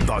The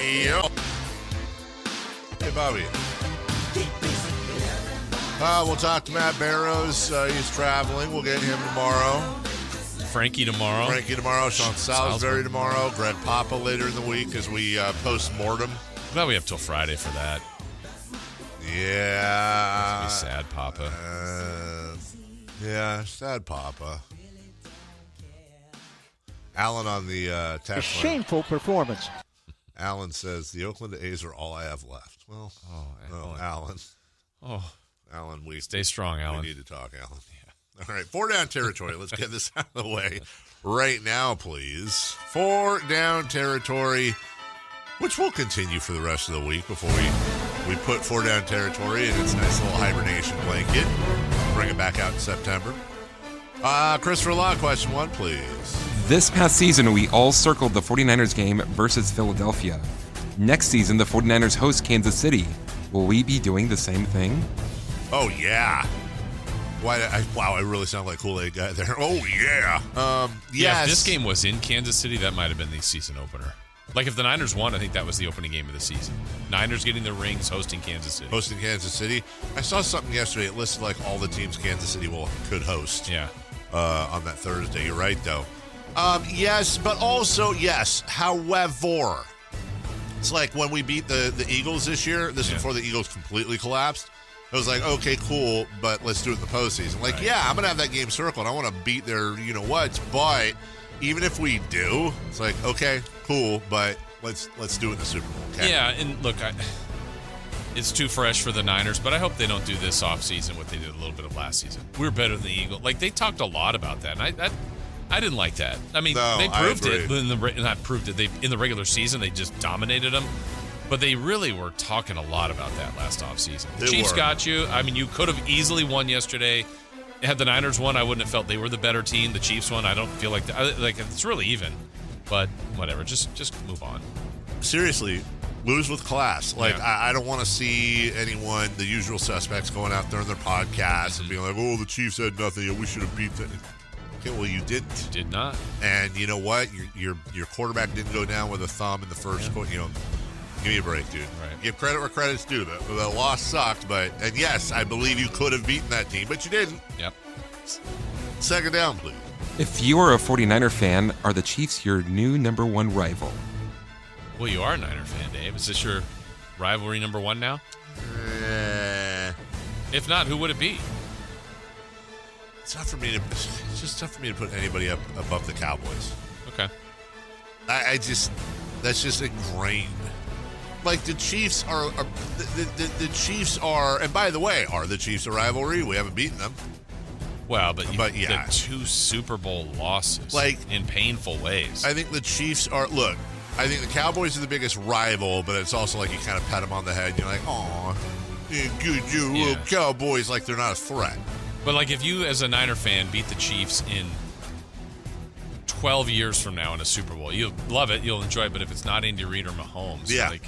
Yo. Hey, Bobby. Uh, we'll talk to Matt Barrows. Uh, he's traveling. We'll get him Oh. tomorrow. Frankie tomorrow. Frankie tomorrow. Sean Salisbury tomorrow. Greg Papa later in the week as we uh, post mortem. Glad we have till Friday for that. Yeah. Be sad, Papa. Uh, yeah, sad Papa. Alan on the uh, A text line. shameful performance. Alan says the Oakland A's are all I have left. Well, Oh, no, Alan. Oh, Alan, we stay strong, Alan. We need to talk, Alan. All right, four down territory. Let's get this out of the way right now, please. Four down territory, which will continue for the rest of the week before we we put four down territory in its nice little hibernation blanket. Bring it back out in September. Uh, Christopher Law, question one, please. This past season, we all circled the 49ers game versus Philadelphia. Next season, the 49ers host Kansas City. Will we be doing the same thing? Oh yeah. Why? I, wow, I really sound like Kool Aid guy there. Oh yeah. Um, yes. Yeah, if this game was in Kansas City, that might have been the season opener. Like if the Niners won, I think that was the opening game of the season. Niners getting the rings, hosting Kansas City. hosting Kansas City. I saw something yesterday. It listed like all the teams Kansas City will could host. Yeah. Uh, on that Thursday. You're right though. Um, yes, but also yes. However, it's like when we beat the the Eagles this year. This Yeah. is before the Eagles completely collapsed. It was like okay, cool, but let's do it in the postseason. Like yeah, I'm gonna have that game circled. I want to beat their you know what, but even if we do, it's like okay, cool, but let's let's do it in the Super Bowl. Okay? Yeah, and look, I, it's too fresh for the Niners, but I hope they don't do this offseason what they did a little bit of last season. We are better than the Eagles. Like, they talked a lot about that, and I, I, I didn't like that. I mean, No, they I proved it. agree. In the, re- not proved it. They In the regular season, they just dominated them. But they really were talking a lot about that last offseason. The They Chiefs were. got you. I mean, you could have easily won yesterday. Had the Niners won, I wouldn't have felt they were the better team. The Chiefs won, I don't feel like that. Like it's really even, but whatever. Just just move on. seriously, lose with class. Like Yeah. I, I don't want to see anyone, the usual suspects, going out there on their podcast and being like, "Oh, the Chiefs had nothing. Yeah, We should have beat them." Okay, well, you didn't, Did not. and you know what? Your your, your quarterback didn't go down with a thumb in the first quarter. You know, give me a break, dude. Right. Give credit where credit's due. The, the loss sucked, but and yes, I believe you could have beaten that team, but you didn't. Yep. Second down, please. If you are a 49er fan, are the Chiefs your new number one rival? Well, you are a Niner fan, Dave. Is this your rivalry number one now? Eh, If not, who would it be? it's tough for me to. It's just tough for me to put anybody up above the Cowboys. Okay. I, I just that's just ingrained. Like the Chiefs are, are the, the, the Chiefs are, and by the way, are the Chiefs a rivalry? We haven't beaten them. Well, but, you- But, yeah. the two Super Bowl losses, Like- in painful ways. I think the Chiefs are. Look, I think the Cowboys are the biggest rival, but it's also like you kind of pat them on the head. And you're like, oh, good, you Yeah. little Cowboys, like they're not a threat. but like, if you, as a Niner fan, beat the Chiefs in 12 years from now in a Super Bowl, you'll love it, you'll enjoy it. But if it's not Andy Reid or Mahomes, Yeah. like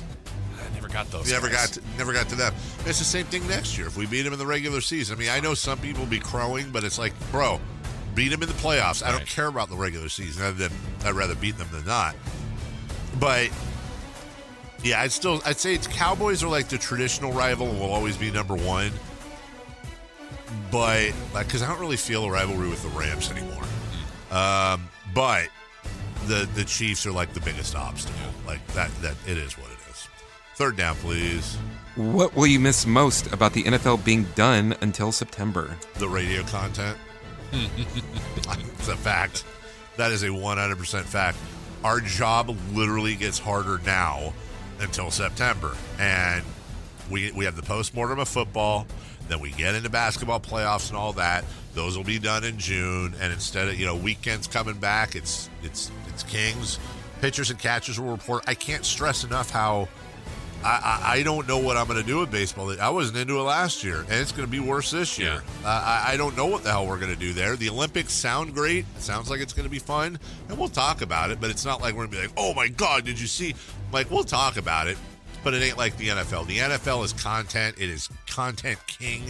I never got those. We never got guys. to, never got to them. It's the same thing next year if we beat them in the regular season. I mean, I know some people be crowing, but it's like, bro, beat them in the playoffs. I don't Right. care about the regular season. Other than I'd rather beat them than not. But yeah, I'd still I'd say it's Cowboys are like the traditional rival and will always be number one. But like, because I don't really feel a rivalry with the Rams anymore. Um, but the the Chiefs are like the biggest obstacle. Like that that it is what it is. Third down, please. What will you miss most about the NFL being done until September? the radio content. it's a fact. That is a 100% fact. Our job literally gets harder now until September. And we, we have the postmortem of football. Then we get into basketball playoffs and all that. Those will be done in June. And instead of, you know, weekends coming back, it's it's it's Kings pitchers and catchers will report. I can't stress enough how I, I, I don't know what I'm going to do with baseball. I wasn't into it last year, and it's going to be worse this year. Uh, I, I don't know what the hell we're going to do there. The Olympics sound great. It sounds like it's going to be fun, and we'll talk about it. But it's not like we're going to be like, oh my god, did you see? Like we'll talk about it, but it ain't like the NFL. The NFL is content. It is content king,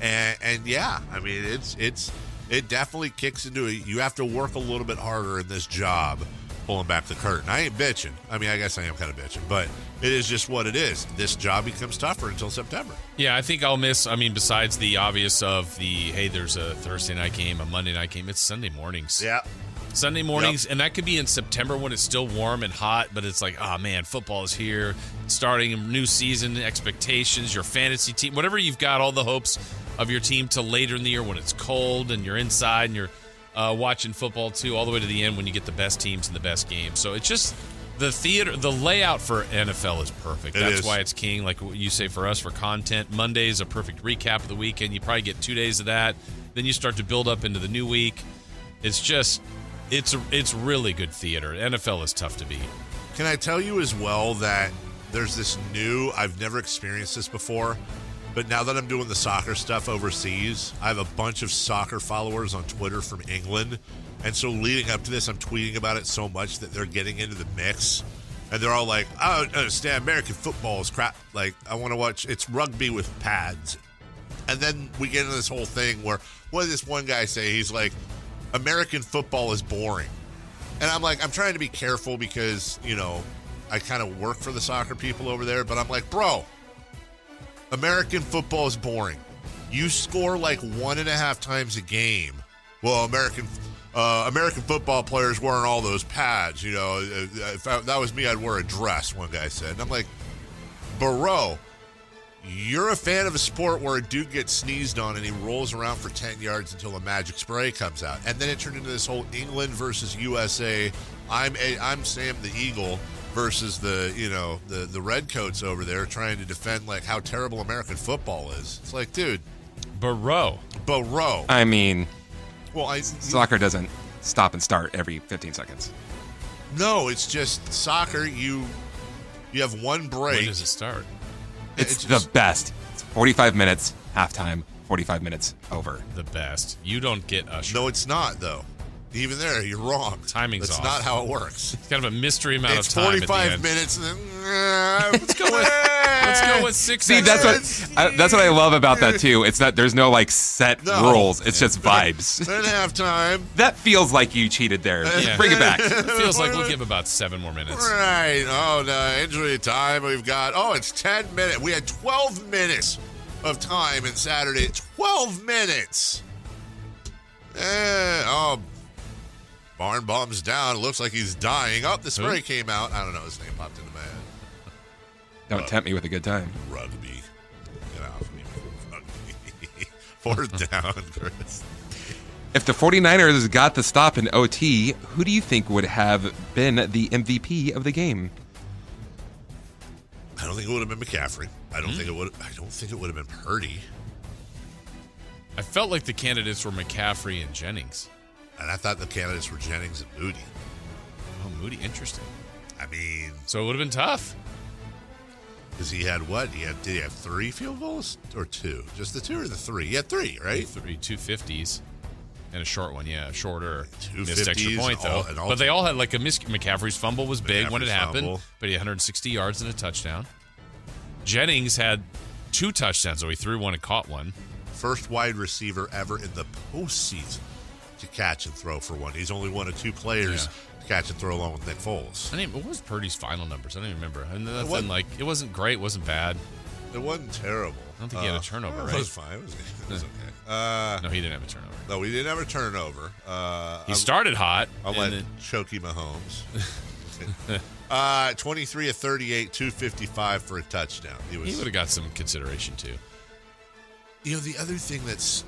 and, and yeah, I mean it's it's it definitely kicks into it. You have to work a little bit harder in this job pulling back the curtain. I ain't bitching. I mean, I guess I am kind of bitching, but it is just what it is. This job becomes tougher until September. Yeah, I think I'll miss. I mean, besides the obvious of the hey, there's a Thursday night game, a Monday night game. It's Sunday mornings. Yeah. Sunday mornings, and that could be in September when it's still warm and hot, but it's like, oh man, football is here, starting a new season, expectations, your fantasy team, whatever you've got, all the hopes of your team till later in the year when it's cold and you're inside and you're uh, watching football too, all the way to the end when you get the best teams and the best games. So it's just the theater, the layout for NFL is perfect. It That's is. why it's king. Like what you say for us for content, Monday is a perfect recap of the weekend. You probably get two days of that, then you start to build up into the new week. It's just, it's it's really good theater. NFL is tough to beat. Can I tell you as well that there's this new, I've never experienced this before, but now that I'm doing the soccer stuff overseas, I have a bunch of soccer followers on Twitter from England. And so leading up to this, I'm tweeting about it so much that they're getting into the mix. And they're all like, "Oh, I don't understand. American football is crap. Like, I want to watch, it's rugby with pads. And then we get into this whole thing where, what did this one guy say? He's like, American football is boring. And I'm like, I'm trying to be careful because, you know, I kind of work for the soccer people over there, but I'm like, bro, American football is boring. You score like one and a half times a game. Well, American uh, American football players wearing all those pads. You know, Uh, if I- that was me, I'd wear a dress. One guy said, and I'm like, bro, you're a fan of a sport where a dude gets sneezed on and he rolls around for 10 yards until a magic spray comes out. And then it turned into this whole England versus USA. I'm a, I'm Sam the Eagle versus the, you know, the the redcoats over there trying to defend like how terrible American football is. It's like, dude, Burrow. Burrow. Uh, I mean, Well, I soccer doesn't stop and start every 15 seconds. no, it's just soccer. You you have one When break. does it start? It's, It's just- the best. It's 45 minutes, halftime, 45 minutes over. The best. You don't get Usher. no, it's not though. Even there, you're wrong. Timing's That's off. not how it works. It's kind of a mystery amount it's of time. at the 45 end. minutes. and then- uh, Let's go with let's go with six. See, that's extras. what I, that's what I love about that too. It's not there's no like set No. rules. It's just vibes. Then halftime. that feels like you cheated there. Yeah. Bring it back. It feels like we'll give about seven more minutes. Right. Oh, no. Injury time. We've got, oh, it's 10 minutes. We had 12 minutes of time in Saturday. 12 minutes. Eh, oh, Barn bombs down. Looks like he's dying. Oh, the spray came out. I don't know. His name popped into my head. Don't tempt me with a good time. Rugby. Get off me. Rugby. Fourth down, Chris. If the 49ers got the stop in OT, who do you think would have been the MVP of the game? I don't think it would have been McCaffrey. I Hmm? don't think it would. I don't think it would have been Purdy. I felt like the candidates were McCaffrey and Jennings. And I thought the candidates were Jennings and Moody. Oh, Moody, interesting. I mean, So it would have been tough. because he had what? He had did he have three field goals or two? Just the two or the three? He had three, right? Three two fifties and a short one. Yeah, shorter. Two Missed extra 50s, point though. all- and all- but they all had like a miss. McCaffrey's fumble was big when it McCaffrey's happened, fumble. but he had 160 yards and a touchdown. Jennings had two touchdowns, so he threw one and caught one. First wide receiver ever in the postseason to catch and throw for one. He's only one of two players to catch and throw along with Nick Foles. I didn't. What was Purdy's final numbers? I don't even remember. And It nothing wasn't- like it wasn't great, wasn't bad. It wasn't terrible. Uh, I don't think he had a turnover, right? It was fine. It was, it was okay. Uh, No, he didn't have a turnover. no, we didn't have a turnover. Uh, He started hot. I'll and let then- Chokey Mahomes. uh, 23 of 38, 255 for a touchdown. He was, he would have got some consideration too. you know, the other thing that's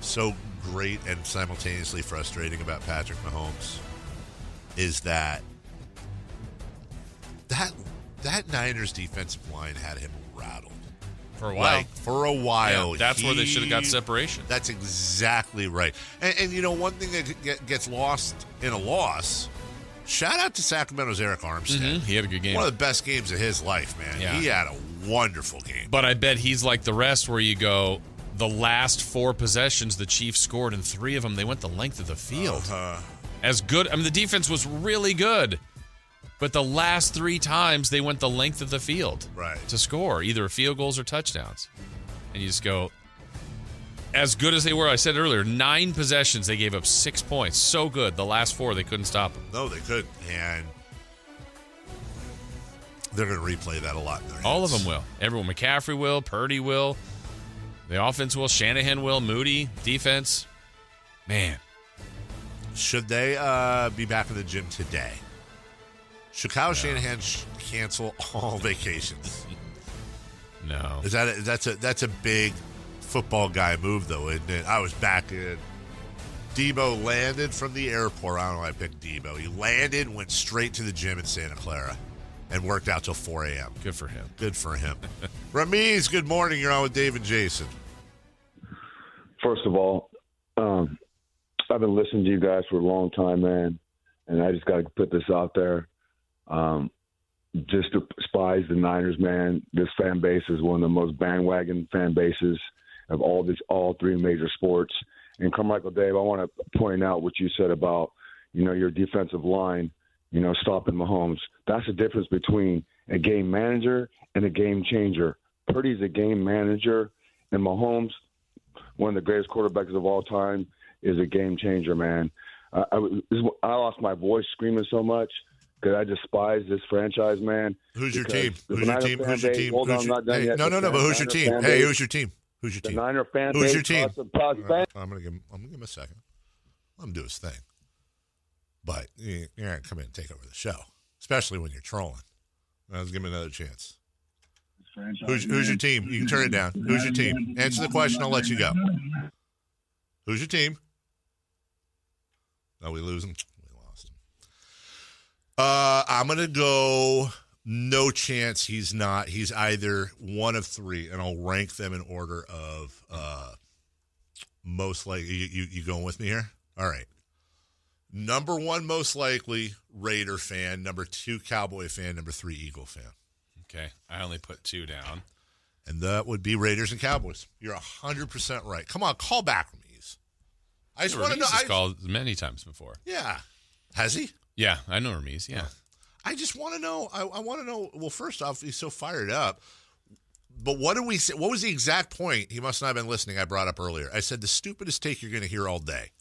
so great and simultaneously frustrating about Patrick Mahomes is that that that Niners defensive line had him rattled. For a while. Like for a while. Yeah, that's where they should have got he- separation. That's exactly right. And, and you know, one thing that get, gets lost in a loss Shout out to Sacramento's Eric Armstead. He had a good game. One of the best games of his life, man. Mm-hmm. Yeah. He had a wonderful game. But I bet he's like the rest, where you go, the last four possessions the Chiefs scored, and three of them they went the length of the field. As good, I mean, the defense was really good, but the last three times they went the length of the field Right. to score, either field goals or touchdowns. And you just go, as good as they were, I said earlier, nine possessions they gave up six points. So good, the last four they couldn't stop them. No, they could. And they're going to replay that a lot. In their All of heads. them will. Everyone, McCaffrey will, Purdy will, the offense will, Shanahan will, Moody, defense. Man, Should they uh, be back in the gym today? Should Kyle Shanahan sh- cancel all vacations? no. Is that a, that's a that's a big football guy move though, isn't it? I was back in. Debo landed from the airport. I don't know why I picked Debo. He landed, went straight to the gym in Santa Clara, and worked out till 4 a.m. Good for him. Good for him. Ramiz, good morning. You're on with Dave and Jason. First of all, um, I've been listening to you guys for a long time, man, and I just got to put this out there. Um, just despise the Niners, man. This fan base is one of the most bandwagon fan bases of all these, all three major sports. And Carmichael, Dave, I want to point out what you said about, you know, your defensive line, you know, stopping Mahomes. That's the difference between a game manager and a game changer. Purdy's a game manager, and Mahomes one of the greatest quarterbacks of all time, is a game changer, man. I, I, was- this is wh- I lost my voice screaming so much because I despise this franchise, man. Who's your Because team? the Who's your Niners team? fan Who's your base- team? Hold Who's on, I'm your- not done hey, yet. no, The no, no. But who's your Niner team? fan Hey, base- who's your team? Who's your The team? Niner fan Who's base your team? costs- costs All fan- right, I'm gonna give him. I'm gonna give him a second. Let him do his thing. But you- you're not coming and take over the show, especially when you're trolling. Let's give him another chance. Who's, who's your team? You can turn it down. Who's your team? Answer the question. I'll let you go. Who's your team? No, we lose him. We lost him. Uh, I'm gonna go. No chance. He's not. He's either one of three, and I'll rank them in order of uh, most likely. You, you you going with me here? All right. Number one, most likely Raider fan. Number two, Cowboy fan. Number three, Eagle fan. Okay. I only put two down. And that would be Raiders and Cowboys. You're hundred percent right. Come on, call back, Ramiz. I just want to know. Ramiz has I- called many times before. yeah, has he? Yeah, I know Ramiz. Oh. Yeah. I just want to know. I, I want to know. Well, first off, he's so fired up. But what do we say? What was the exact point? He must not have been listening. I brought up earlier. I said the stupidest take you're going to hear all day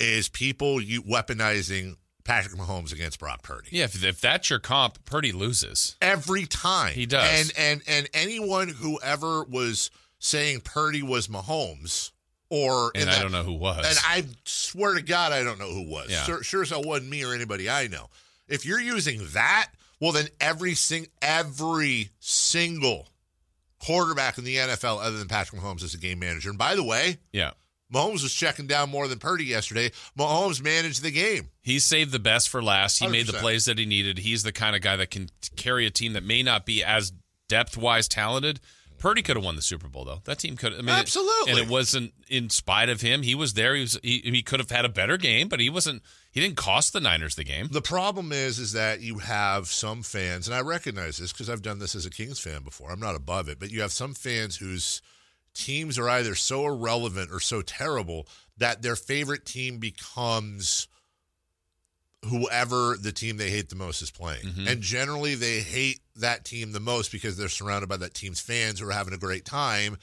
is people you weaponizing Patrick Mahomes against Brock Purdy Yeah, if, if that's your comp, Purdy loses. every time. He does. And and and anyone who ever was saying Purdy was Mahomes or in And I that- don't know who was. and I swear to God, I don't know who was. Yeah. Sure, sure as hell wasn't me or anybody I know. If you're using that, well, then every sing every single quarterback in the NFL, other than Patrick Mahomes, is a game manager. And by the way, yeah. Mahomes was checking down more than Purdy yesterday. Mahomes managed the game. He saved the best for last. He made the 100%. plays that he needed. He's the kind of guy that can t- carry a team that may not be as depth wise talented. Purdy could have won the Super Bowl though. That team could I mean, it- Absolutely. and it wasn't in spite of him. He was there. He was he, he could have had a better game, but he wasn't he didn't cost the Niners the game. The problem is, is that you have some fans, and I recognize this because I've done this as a Kings fan before. I'm not above it, but you have some fans whose teams are either so irrelevant or so terrible that their favorite team becomes whoever the team they hate the most is playing. And generally, they hate that team the most because they're surrounded by that team's fans who are having a great time.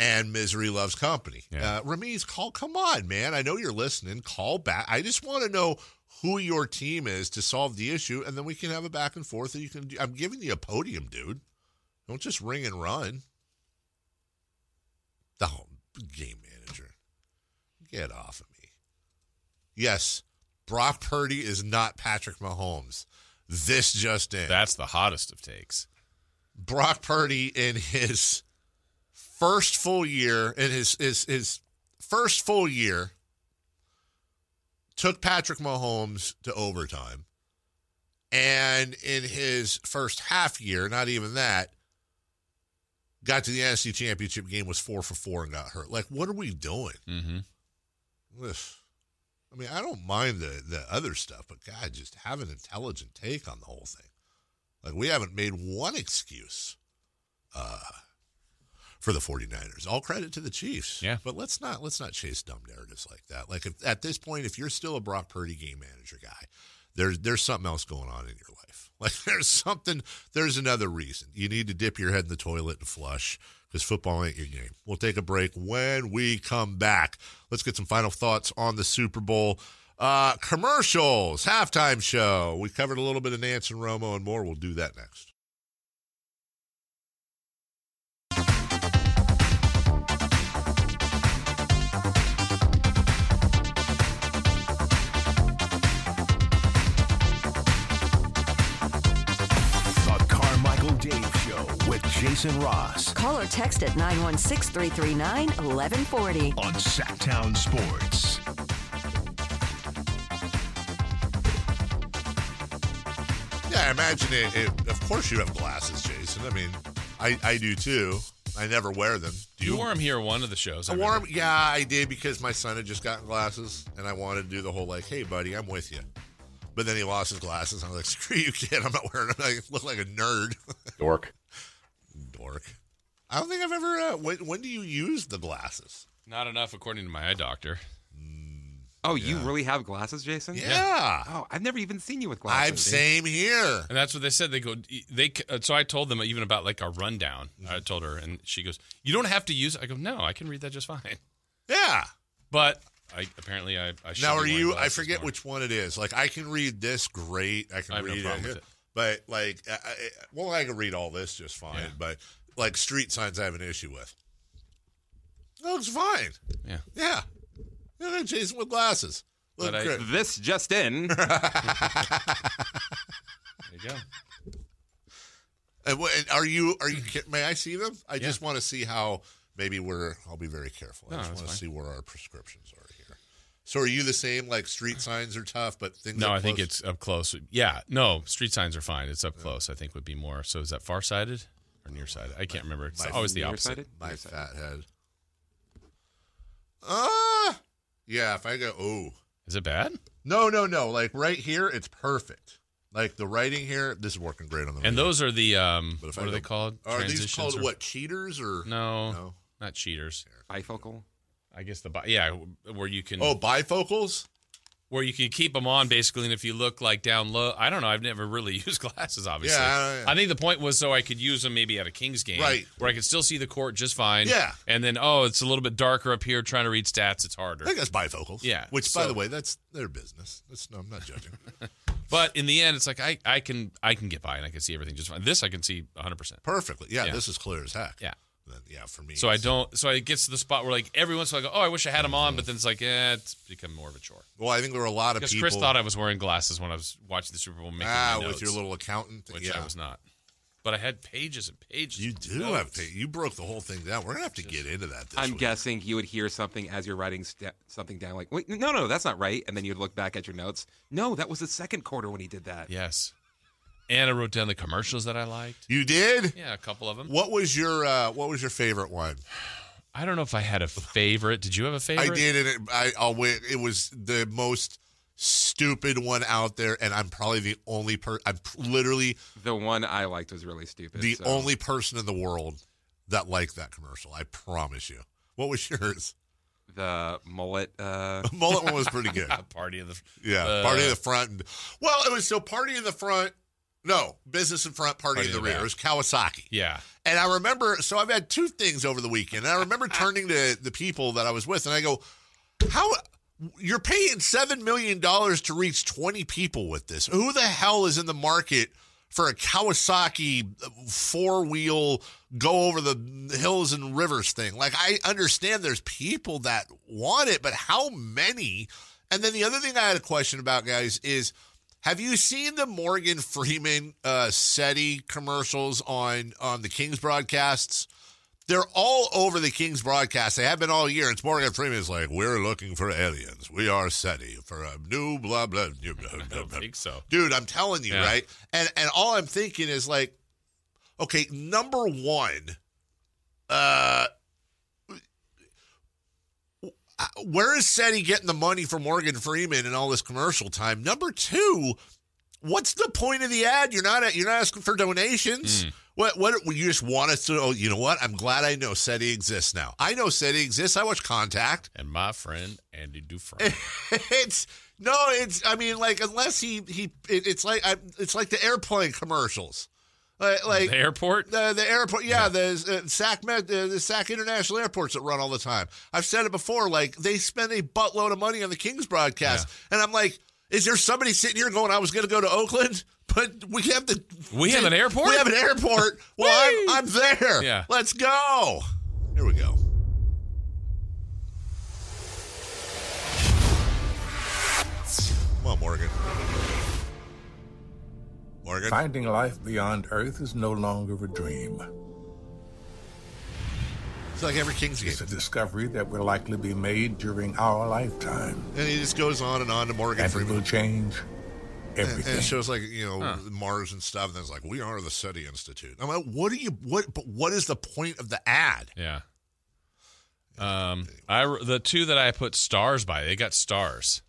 And misery loves company. Yeah. Uh, Ramiz, call. Come on, man. I know you're listening. Call back. I just want to know who your team is to solve the issue, and then we can have a back and forth. And you can. I'm giving you a podium, dude. Don't just ring and run. Oh, game manager. Get off of me. Yes, Brock Purdy is not Patrick Mahomes. This just in. That's the hottest of takes. Brock Purdy in his first full year, in his his his first full year, took Patrick Mahomes to overtime, and in his first half year, not even that, got to the NFC Championship game was four for four and got hurt. Like, what are we doing? Mm-hmm. Ugh. I mean, I don't mind the the other stuff, but God, just have an intelligent take on the whole thing. Like we haven't made one excuse uh for the 49ers. All credit to the Chiefs. Yeah. But let's not let's not chase dumb narratives like that. Like if, at this point, if you're still a Brock Purdy game manager guy, there's there's something else going on in your life. Like there's something there's another reason. You need to dip your head in the toilet and flush because football ain't your game. We'll take a break when we come back. Let's get some final thoughts on the Super Bowl. Uh, commercials, halftime show. We covered a little bit of Nance and Romo and more. We'll do that next. The Carmichael Dave Show with Jason Ross Call or text at 916 339 1140. on Sacktown Sports. Yeah, I imagine it, it. Of course, you have glasses, Jason. I mean, I I do too. I never wear them. Do You wore him here one of the shows. I I wore remember. 'em- Yeah, I did because my son had just gotten glasses, and I wanted to do the whole like, "Hey, buddy, I'm with you." But then he lost his glasses. and I was like, "Screw you, kid! I'm not wearing them. I look like a nerd." Dork. Dork. I don't think I've ever. Uh, when, when do you use the glasses? Not enough, according to my eye doctor. Oh, you really have glasses, Jason? Yeah, Oh, I've never even seen you with glasses. I'm same here. And that's what they said. They go, they. uh, So I told them even about like our rundown. I told her, and she goes, "You don't have to use." it." I go, "No, I can read that just fine." Yeah. But I apparently I. I should now be are wearing you? I glasses forget more. which one it is. Like I can read this great. I can I have no read problem it, with it. But like, I, I, well, I can read all this just fine. Yeah. But like street signs, I have an issue with. That looks fine. Yeah. Yeah. Look at Jason with glasses. Look But I- great. This just in. There you go. And what- and are you? Are you? ki- May I see them? I just want to see how. Maybe we're. I'll be very careful. I No, just that's want to fine. see where our prescriptions are here. So are you the same? Like street signs are tough, but things. No, up I think close- it's up close. Yeah, no, street signs are fine. It's up close. I think would be more. So is that farsighted or nearsighted? I can't remember. It's My- always the opposite. Nearsighted? my Nearsighted. fat head. Ah, yeah. If I go, oh, Is it bad? no, no, no. Like right here, it's perfect. Like the writing here, this is working great on the. And radio. those are the um. But if What I are go- they called? Are these Transitions called or- what cheaters or No, No. not cheaters. Bifocal. I guess the bi- yeah, where you can Oh, bifocals. where you can keep them on basically, and if you look like down low, I don't know. I've never really used glasses. Obviously, Yeah, yeah. I think the point was so I could use them maybe at a Kings game, Right. where I could still see the court just fine. Yeah. and then oh, it's a little bit darker up here. Trying to read stats, it's harder. I think that's bifocals. Yeah, Which, by so- the way, that's their business. That's no, I'm not judging. But in the end, it's like I, I can I can get by and I can see everything just fine. This I can see 100. percent Perfectly. Yeah, Yeah. This is clear as heck. Yeah. Then, yeah. For me. So I it's- don't. So it gets to the spot where like every once in a while I go, oh, I wish I had them on, but then it's like, eh, it's become more of a chore. Well, I think there were a lot of Because people. Chris thought I was wearing glasses when I was watching the Super Bowl, making my ah, with notes, your little accountant. thing. which yeah. I was not. But I had pages and pages. You of do notes. have to. You broke the whole thing down. We're gonna have to get into that. This I'm week. guessing you would hear something as you're writing st- something down, like, wait, no, no, that's not right. And then you'd look back at your notes. No, that was the second quarter when he did that. Yes. And I wrote down the commercials that I liked. You did. Yeah, a couple of them. What was your uh, What was your favorite one? I don't know if I had a favorite. Did you have a favorite? I did, and it, I, I'll wait. It was the most stupid one out there, and I'm probably the only person. I'm pr- literally The one I liked was really stupid. the so- only person in the world that liked that commercial. I promise you. What was yours? the mullet. Uh, The mullet one was pretty good. A Ah, party of the. Yeah, Uh, party in the front. And, well, it was so party in the front. No, business in front, party, in the, rear. back. It was Kawasaki. Yeah. And I remember, so I've had two things over the weekend. And I remember turning to the people that I was with, and I go, "How you're paying seven million dollars to reach twenty people with this? Who the hell is in the market for a Kawasaki four wheel go over the hills and rivers thing? Like, I understand there's people that want it, but how many?" And then the other thing I had a question about, guys, is have you seen the Morgan Freeman uh, SETI commercials on on the Kings broadcasts? They're all over the Kings broadcast. They have been all year. It's Morgan Freeman's like, we're looking for aliens. We are SETI for a new blah blah. blah, blah, blah, I don't blah." think so. Dude, I'm telling you, Yeah. right? And and all I'm thinking is like, okay, number one, uh, uh, where is Seti getting the money for Morgan Freeman and all this commercial time? Number two, what's the point of the ad? You're not you're not asking for donations. What what you just want us to? Oh, you know what? I'm glad I know SETI exists now. I know SETI exists. I watch Contact. And my friend Andy Dufresne. it's no, it's I mean like unless he he it, it's like I, it's like the airplane commercials, like like the airport. the, the airport, yeah, the uh, SAC Med, uh, the SAC International airports that run all the time. I've said it before, like they spend a buttload of money on the Kings broadcast, and I'm like, is there somebody sitting here going, I was going to go to Oakland, but we have the We have an airport? we have an airport. well, I'm, I'm there. Yeah. let's go. Here we go. Come on, Morgan. Morgan. Finding life beyond Earth is no longer a dream. It's like every Kings game. It's a discovery that will likely be made during our lifetime. And he just goes on and on to Morgan And it Freeman. will change And, and it everything. shows like you know Mars and stuff, and it's like we are the SETI Institute. I'm like, what are you? What? But what is the point of the ad? Yeah. Um, I the two that I put stars by, they got stars.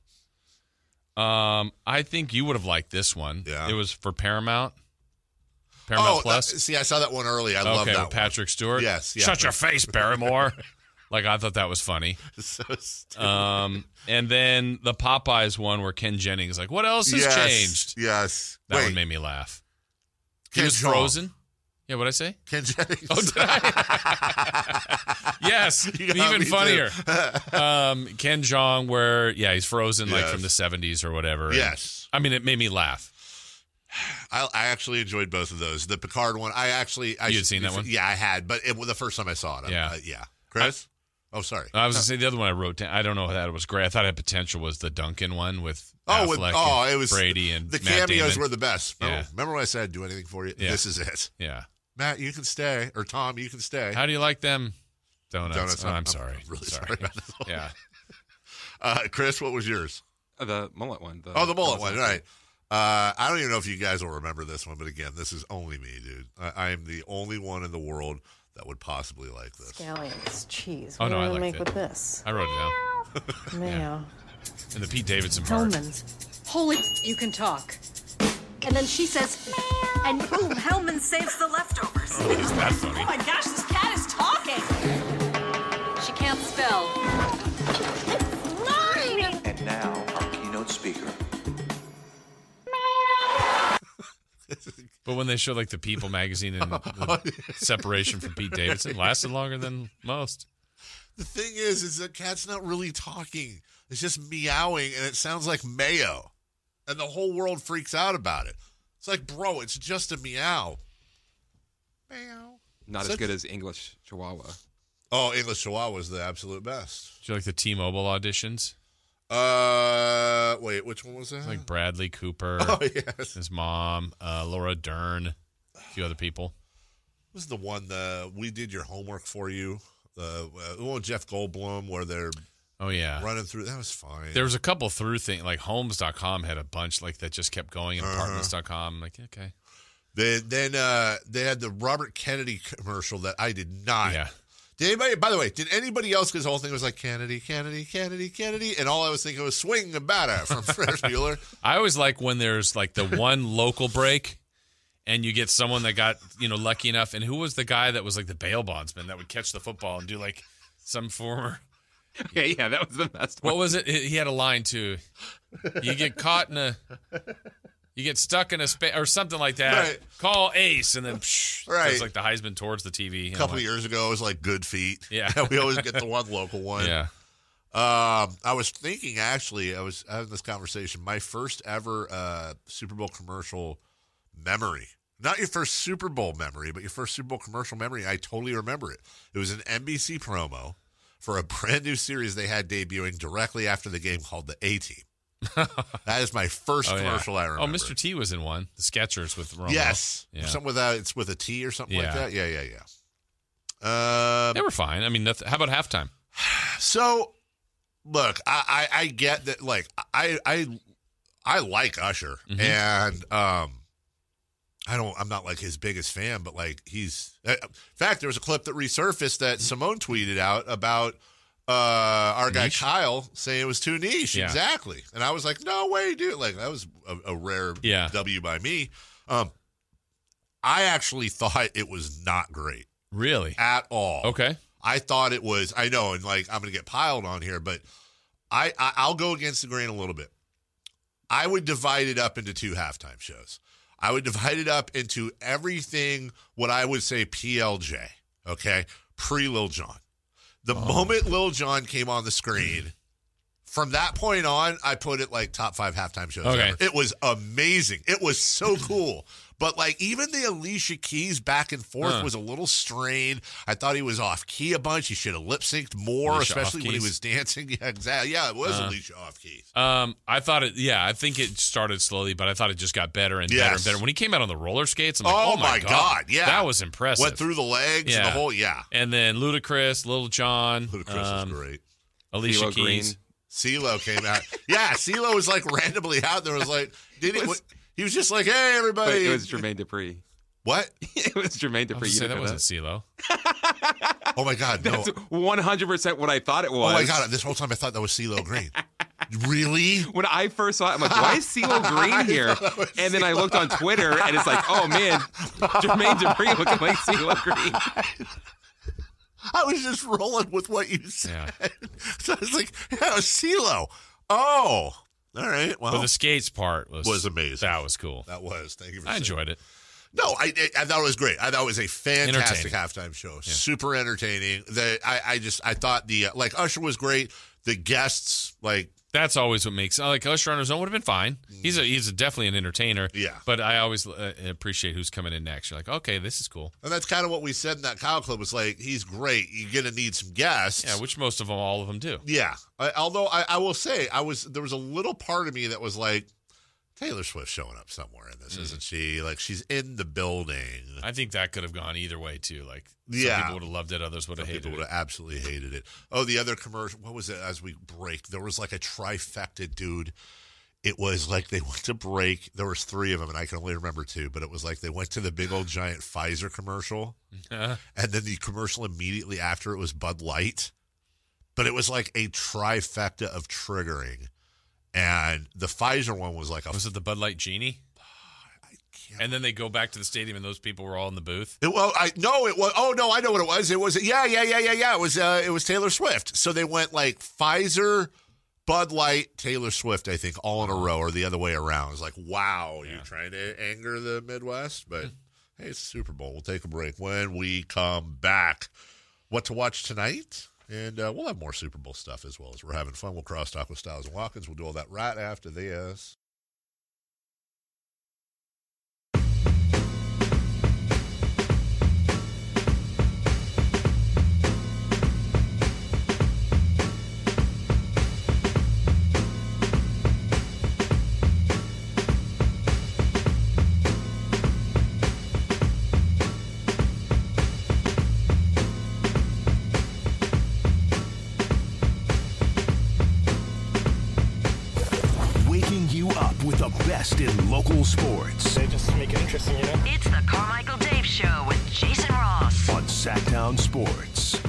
Um, I think you would have liked this one. Yeah. uh, It was for Paramount. Paramount that- Plus. Oh, see, I saw that one early. I love okay, that with Patrick Stewart. Yes, yeah. Shut your face, Barrymore. like I thought that was funny. one. It's so stupid. Um, and then the Popeyes one where Ken Jennings like, what else has yes, changed? Yes. That Wait, one made me laugh. He Ken was Jeong. frozen. Yeah, what I say? Ken Jennings. Oh, did I? yes, You got even me funnier. too. um, Ken Jong, where yeah, he's frozen like Yes. from the '70s or whatever. And, Yes. I mean it made me laugh. I, I actually enjoyed both of those. The Picard one, I actually I You had should- seen that one? Yeah, I had, but it was the first time I saw it. I- Yeah. uh, yeah. Chris. oh, sorry. I was gonna say the other one I wrote down. I don't know if that was great. I thought it had potential was the Duncan one with Oh, with, Affleck oh, and it was Brady and the Matt cameos Damon. were the best. Remember, Yeah. remember when I said I'd do anything for you? Yeah. This is it. yeah. Matt, you can stay, or Tom, you can stay. How do you like them donuts? Donuts, Oh, I'm- I'm, I'm sorry. really sorry about this one. yeah. Uh, Chris, what was yours? Uh, the mullet one. The, Oh, the bullet that was one. it. All right. Uh, I don't even know if you guys will remember this one, but again, this is only me, dude. I, I am the only one in the world that would possibly like this. Scallions, cheese. Oh, What no, do I I liked make it. with this? I wrote it down. Mayo, And the Pete Davidson part. Hellman's. Holy, you can talk. And then she says, and boom, Hellman saves the leftovers. Oh, is that funny? my gosh, this cat is talking. She can't spell. Flying. And now, our keynote speaker. But when they showed like the People magazine and the, the separation from Pete Davidson, lasted longer than most. The thing is, is that cat's not really talking. It's just meowing, and it sounds like mayo, and the whole world freaks out about it. It's like, bro, it's just a meow. Meow. Not as Such- good as English Chihuahua. Oh, English Chihuahua was the absolute best. Did you like the T-Mobile auditions? Uh, wait, which one was that? Like Bradley Cooper, oh yes, his mom, uh, Laura Dern, a few other people. was the one that we did your homework for you. Uh, uh, the one with Jeff Goldblum where they're Oh yeah. running through. That was fine. There was a couple through things like homes.com had a bunch like that just kept going and Uh-huh. apartments.com like okay. Then then uh, they had the Robert Kennedy commercial that I did not. Yeah. Did anybody? By the way, did anybody else? Because the whole thing was like Kennedy, Kennedy, Kennedy, Kennedy, and all I was thinking was swing the batter from Ferris Bueller. I always like when there's like the one local break and you get someone that got, you know, lucky enough. And who was the guy that was like the bail bondsman that would catch the football and do like some former Yeah, yeah, that was the best what was it? He he had a line too. You get caught in a you get stuck in a space or something like that. Right. Call Ace and then psh, Right. it's like the Heisman towards the TV. and A I'm couple like, years ago, it was like Good Feet. Yeah. we always get the one local one. Yeah. Um, I was thinking actually, I was having this conversation. My first ever uh, Super Bowl commercial memory. Not your first Super Bowl memory, but your first Super Bowl commercial memory. I totally remember it. It was an NBC promo for a brand new series they had debuting directly after the game called the A Team. that is my first Oh, yeah. commercial I remember. Oh, Mr. T was in one. The Skechers with Romo. Yes, Yeah. something with a, it's with a T or something like Yeah. that. Yeah, yeah, yeah. Um, They were fine. I mean, nothing. how about halftime? So, look, I, I I get that. Like, I I I like Usher, Mhm. and um, I don't. I'm not like his biggest fan, but like he's. uh, In fact, there was a clip that resurfaced that Simone tweeted out about uh, our guy Kyle saying it was too niche. Yeah. Exactly. And I was like, no way, dude. Like, that was a, a rare Yeah. W by me. Um, I actually thought it was not great Really? at all. Okay. I thought it was, I know, and like, I'm going to get piled on here, but I, I, I'll go against the grain a little bit. I would divide it up into two halftime shows. I would divide it up into everything, what I would say PLJ, okay? Pre Lil Jon. The moment Lil Jon came on the screen, from that point on, I put it like top five halftime shows. Okay. Ever. It was amazing. It was so cool. But like even the Alicia Keys back and forth Huh. was a little strained. I thought he was off key a bunch. He should have lip synced more, Alicia off especially when he keys? was dancing. Yeah, exactly. Yeah, it was Uh. Alicia off key. Um, I thought it. Yeah, I think it started slowly, but I thought it just got better and better and Yes. better. When he came out on the roller skates, I'm like, Oh oh, my my god, God, yeah. that was impressive. Went through the legs and the Yeah. whole yeah. and then Ludacris, Little John, Ludacris um, was great. Alicia CeeLo Keys. Green. CeeLo came out. yeah, CeeLo was like randomly out there. Was like, did he? It was- he was just like, hey But everybody. it was Jermaine Dupri. what? it was Jermaine I was Dupri. gonna You say didn't that know wasn't CeeLo. Oh my God, no. That's 100% what I thought it Oh was. my God, this whole time I thought that was CeeLo Green. really? When I first saw it, I'm like, why is CeeLo Green here? And then I looked on Twitter and it's like, oh man, Jermaine Dupri looking like CeeLo Green. I was just rolling with what you Yeah, said. So I was like, yeah, it was CeeLo. Oh, all right. Well, but the skates part was Oh. was amazing. That was cool. that was. Thank you for I saying enjoyed it. No, I, I I thought it was great. I thought it was a fantastic Entertaining. halftime show. Super entertaining. The I, I just I thought the uh, like Usher was great. The guests like That's always what makes like Usher on his own would have been fine. He's a he's a, definitely an entertainer. Mm. Yeah. but I always uh, appreciate who's coming in next. You're like, okay, this is cool. and that's kind of what we said in that Kyle Club was like he's great. You're gonna need some guests. Yeah, which most of them, all of them do. Yeah. I, although I, I will say, I was there was a little part of me that was like, Taylor Swift's showing up somewhere in Mm. this, isn't she? Like she's in the building. I think that could have gone either way too. Like, some Yeah. people would have loved it, others would have hated People would it. have absolutely hated it. Oh, the other commercial. What was it? As we break, there was like a trifecta, dude. It was like they went to break. There was three of them, and I can only remember two. But it was like they went to the big old giant Pfizer commercial, and then the commercial immediately after it was Bud Light. But it was like a trifecta of triggering, and the Pfizer one was like a. Was it the Bud Light Genie? Ah, can't- And then they go back to the stadium, and those people were all in the booth. It, well, I no, it was. Oh no, I know what it was. It was. Yeah, yeah, yeah, yeah, yeah. It was. Uh, it was Taylor Swift. So they went like Pfizer, Bud Light, Taylor Swift. I think all in a row, or the other way around. It's like, wow, you're trying to anger the Midwest, but hey, it's Super Bowl. We'll take a break when we come back. What to watch tonight? And uh, we'll have more Super Bowl stuff as well as we're having fun. We'll cross talk with Styles and Watkins. We'll do all that right after this. Waking you up with the best in local sports just to make it interesting, you know? It's the Carmichael Dave Show with Jason Ross. on Sacktown Sports.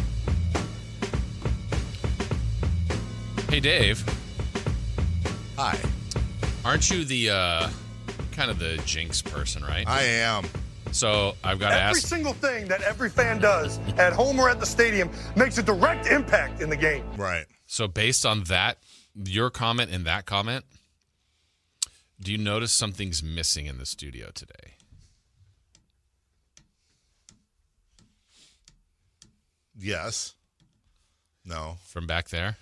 Hey, Dave, Hi, aren't you the uh, kind of the jinx person, right? I am. so I've got to Every ask. single thing that every fan does at home or at the stadium makes a direct impact in the game. Right. So based on that, your comment and that comment, do you notice something's missing in the studio today? Yes. No. From back there,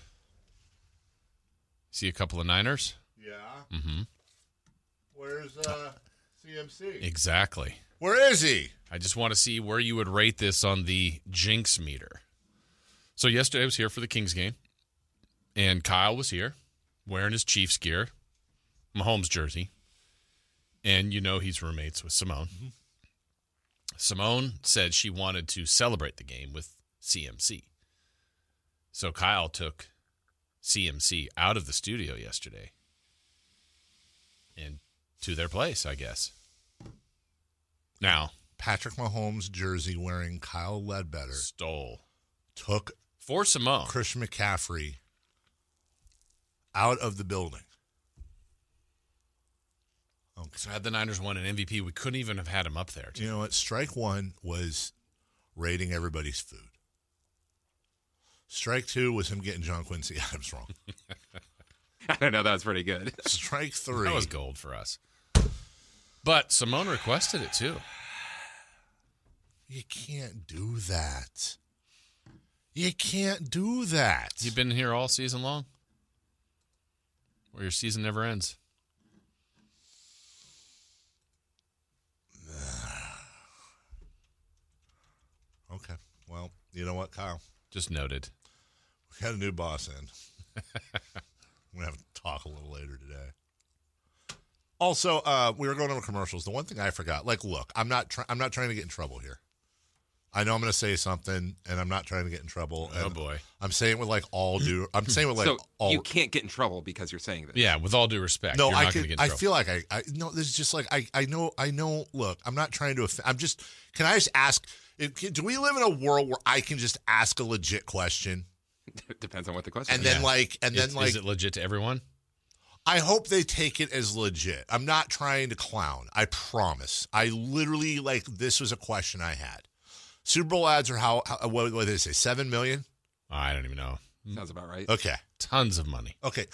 see a couple of Niners. Yeah. Mm-hmm. Where's uh, CMC? Exactly. Where is he? I just want to see where you would rate this on the jinx meter. So yesterday I was here for the Kings game, and Kyle was here wearing his Chiefs gear, Mahomes jersey, and you know he's roommates with Simone. Simone said she wanted to celebrate the game with CMC. So Kyle took CMC out of the studio yesterday and to their place, I guess. Now, Patrick Mahomes jersey wearing Kyle Ledbetter stole took For Samoa. Chris McCaffrey out of the building. Okay. So had the Niners won an MVP, we couldn't even have had him up there. You know what? Strike one was rating everybody's food. Strike two was him getting John Quincy Adams wrong. I don't know. That was pretty good. Strike three. That was gold for us. But Simone requested it too. You can't do that. You can't do that. You've been here all season long? Or your season never ends? Okay. Well, you know what, Kyle? Just noted. We got a new boss in. We're gonna have to talk a little later today. Also, uh, we were going over commercials. The one thing I forgot, like, look, I'm not, try- I'm not trying to get in trouble here. I know I'm going to say something, and I'm not trying to get in trouble. Oh, and boy. I'm saying it with like all due. I'm saying it with like so all. you can't get in trouble because you're saying this. Yeah, with all due respect. no, you're I not can. gonna get in I trouble. feel like I, I. No, this is just like I. I know. I know. Look, I'm not trying to. Offend, I'm just. Can I just ask? If, do we live in a world where I can just ask a legit question? Depends on what the question. And is. then like, and then Is- like, is it legit to everyone? I hope they take it as legit. I'm not trying to clown. I promise. I literally like this was a question I had. Super Bowl ads are how, how what, what did they say? Seven million? I don't even know. sounds about right. Okay, Tons of money. okay.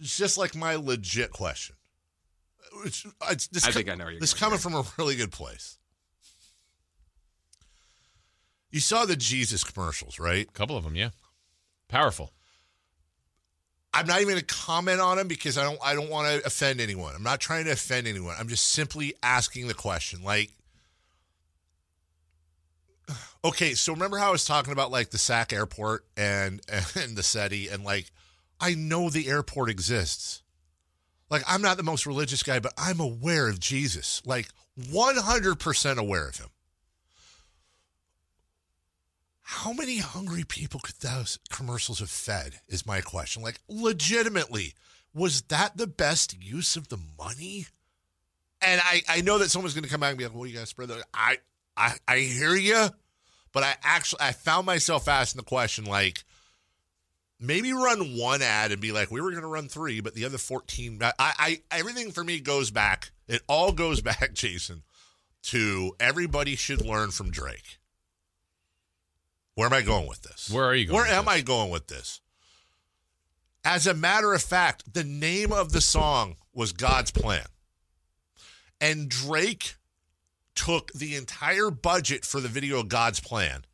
It's just like my legit question. It's, it's, this I think I know where you're This going, coming from a really good place. You saw the Jesus commercials, right? A couple of them, yeah. Powerful. I'm not even going to comment on them because I don't I don't want to offend anyone. I'm not trying to offend anyone. I'm just simply asking the question. Like Okay, so remember how I was talking about like the SAC airport and and the SETI and like I know the airport exists. Like I'm not the most religious guy, but I'm aware of Jesus. Like 100% aware of him. How many hungry people could those commercials have fed? Is my question. Like, legitimately, was that the best use of the money? And I, I know that someone's going to come back and be like, "Well, you got to spread the." I, I, I hear you, but I actually I found myself asking the question like, maybe run one ad and be like, "We were going to run three, but the other fourteen. I, I, everything for me goes back. It all goes back, Jason, to everybody should learn from Drake. Where am I going with this? Where are you going Where with am this? I going with this? As a matter of fact, the name of the song was God's Plan. And Drake took the entire budget for the video God's Plan.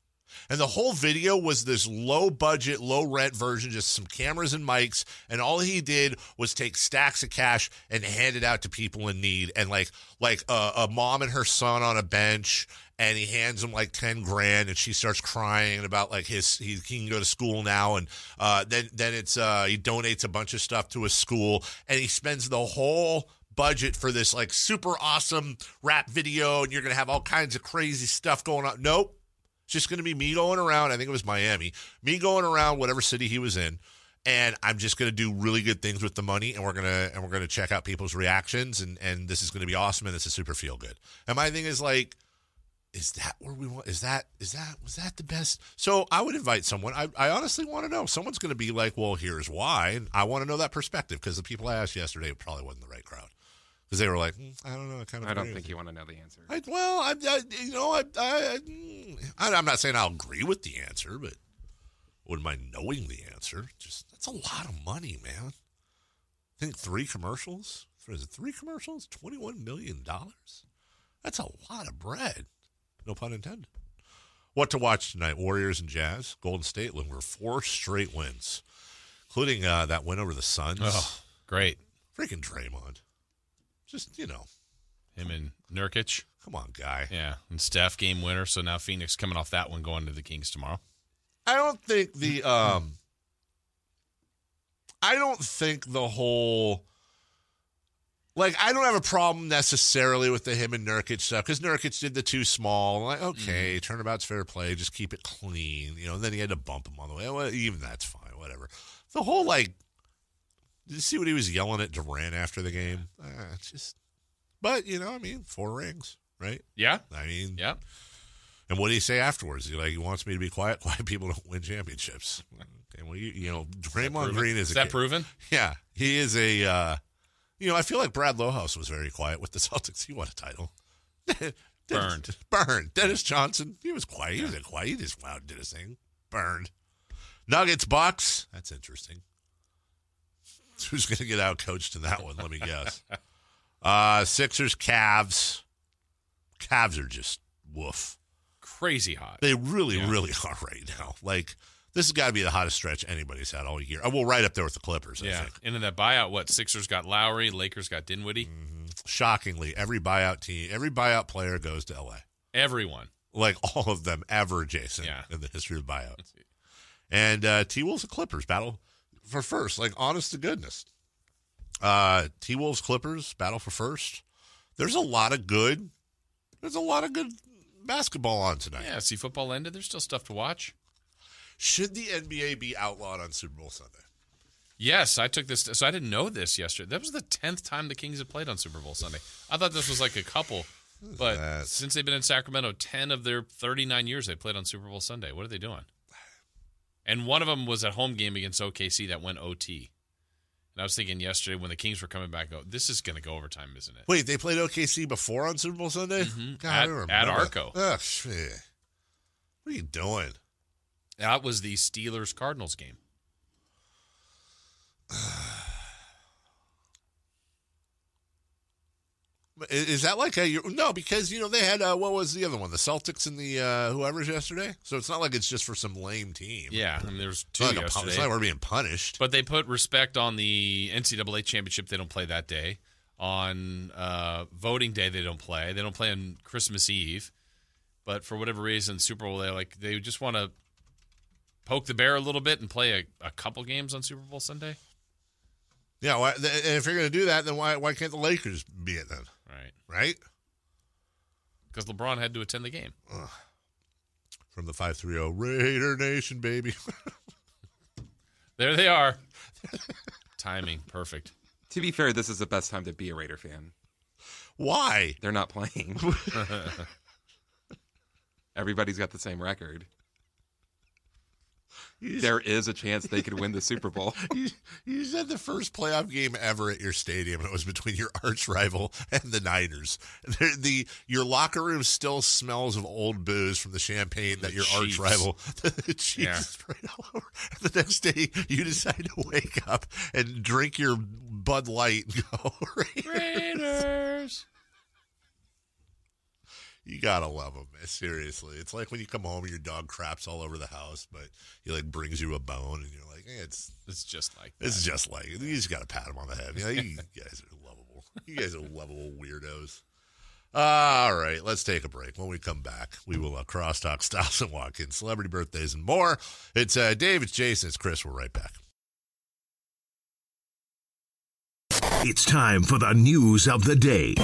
And the whole video was this low budget, low rent version, just some cameras and mics. And all he did was take stacks of cash and hand it out to people in need. And like, like a, a mom and her son on a bench, and he hands him like ten grand, and she starts crying about like his he, he can go to school now. And uh, then then it's uh, he donates a bunch of stuff to his school, and he spends the whole budget for this like super awesome rap video, and you're gonna have all kinds of crazy stuff going on. Nope. It's just going to be me going around. I think it was Miami. Me going around whatever city he was in, and I'm just going to do really good things with the money, and we're gonna and we're gonna check out people's reactions, and and this is going to be awesome, and this is super feel good. And my thing is like, is that where we want? Is that is that was that the best? So I would invite someone. I I honestly want to know. Someone's going to be like, well, here's why, and I want to know that perspective because the people I asked yesterday probably wasn't the right crowd because they were like, "Mm, I don't know, I kind of I don't agree with think you." you want to know the answer. I, well, I, I, you know, I, I, I, I'm not saying I'll agree with the answer, but wouldn't mind knowing the answer. Just that's a lot of money, man. I think three commercials. Is it three commercials? Twenty-one million dollars. That's a lot of bread. No pun intended. What to watch tonight? Warriors and Jazz. Golden State looking for four straight wins, including uh, that win over the Suns. Oh, great. Freaking Draymond. Just you know, Him and Nurkic. come on, guy. Yeah. And Steph, game winner. So now Phoenix coming off that one, going to the Kings tomorrow. I don't think the um I don't think the whole like I don't have a problem necessarily with the him and Nurkic stuff because Nurkic did the too small. Like, okay, turnabout's fair play, just keep it clean, you know. And then he had to bump him on the way. Well, even that's fine, whatever. The whole like, did you see what he was yelling at Durant after the game? Ah, it's just, but you know, I mean, four rings, right? Yeah. I mean, Yeah. And what did he say afterwards? He like he wants me to be quiet. Quiet people don't win championships. And we, you know, Draymond proven? Green is, Is a that kid- proven? Yeah, he is a. Uh, you know, I feel like Brad Lohaus was very quiet with the Celtics. He won a title. Burned. Burned. Dennis Johnson. He was quiet. He was quiet. He just went out and did his thing. Burned. Nuggets Bucks. That's interesting. Who's going to get out coached in that one? Let me guess. Uh Sixers Cavs. Cavs are just woof. Crazy hot. They really, Yeah. really are right now. Like this has got to be the hottest stretch anybody's had all year. I will right up there with the Clippers. I Yeah. think. And in that buyout, what? Sixers got Lowry, Lakers got Dinwiddie. Shockingly, every buyout team, every buyout player goes to LA. Everyone. like all of them ever, Jason, Yeah. in the history of buyouts. and uh, T Wolves and Clippers battle for first, like honest to goodness. Uh, T Wolves Clippers battle for first. There's a lot of good. There's a lot of good basketball on tonight. Yeah, see, football ended. There's still stuff to watch. Should the NBA be outlawed on Super Bowl Sunday? Yes, I took this. So I didn't know this yesterday. That was the 10th time the Kings have played on Super Bowl Sunday. I thought this was like a couple. But that? since they've been in Sacramento, 10 of their 39 years they played on Super Bowl Sunday. What are they doing? And one of them was at home game against OKC that went OT. And I was thinking yesterday when the Kings were coming back, I go, this is going to go overtime, isn't it? Wait, they played OKC before on Super Bowl Sunday? God, I At- don't Mm-hmm. at remember. Arco. Ugh, shit. what are you doing? That was the Steelers Cardinals game. I- Is that like a year- no? Because you know they had uh, what was the other one? The Celtics and the uh, whoever's yesterday. So it's not like it's just for some lame team. Yeah, and there's It's two not like a pun- yesterday. it's Oh, not like we're being punished. But they put respect on the NCAA championship. They don't play that day. On uh, voting day, they don't play. They don't play on Christmas Eve. But for whatever reason, Super Bowl, they like they just want to poke the bear a little bit and play a, a couple games on Super Bowl Sunday. Yeah, why, th- and if you're going to do that, then why why can't the Lakers be it then? Right, Right because LeBron had to attend the game. from the five three zero Raider Nation, baby. There they are. Timing perfect. To be fair, this is the best time to be a Raider fan. why? They're not playing. Everybody's got the same record. You There is a chance they could win the Super Bowl. You, you said the first playoff game ever at your stadium, and it was between your arch rival and the Niners. The, the- your locker room still smells of old booze from the champagne that your arch Chiefs. rival, the Chiefs, sprayed all over. The next day, you decide to wake up and drink your Bud Light and go. Raiders. Raiders. You gotta love them, seriously. It's like when you come home and your dog craps all over the house, but he like brings you a bone, and you're like, eh, it's It's just like It's that. just like you just got to pat him on the head. You, know, you guys are lovable. You guys are lovable weirdos. All right, let's take a break. When we come back, we will uh, crosstalk Styles and Watkins, celebrity birthdays, and more. It's uh, Dave, it's Jason, it's Chris. We're right back. It's time for the news of the day.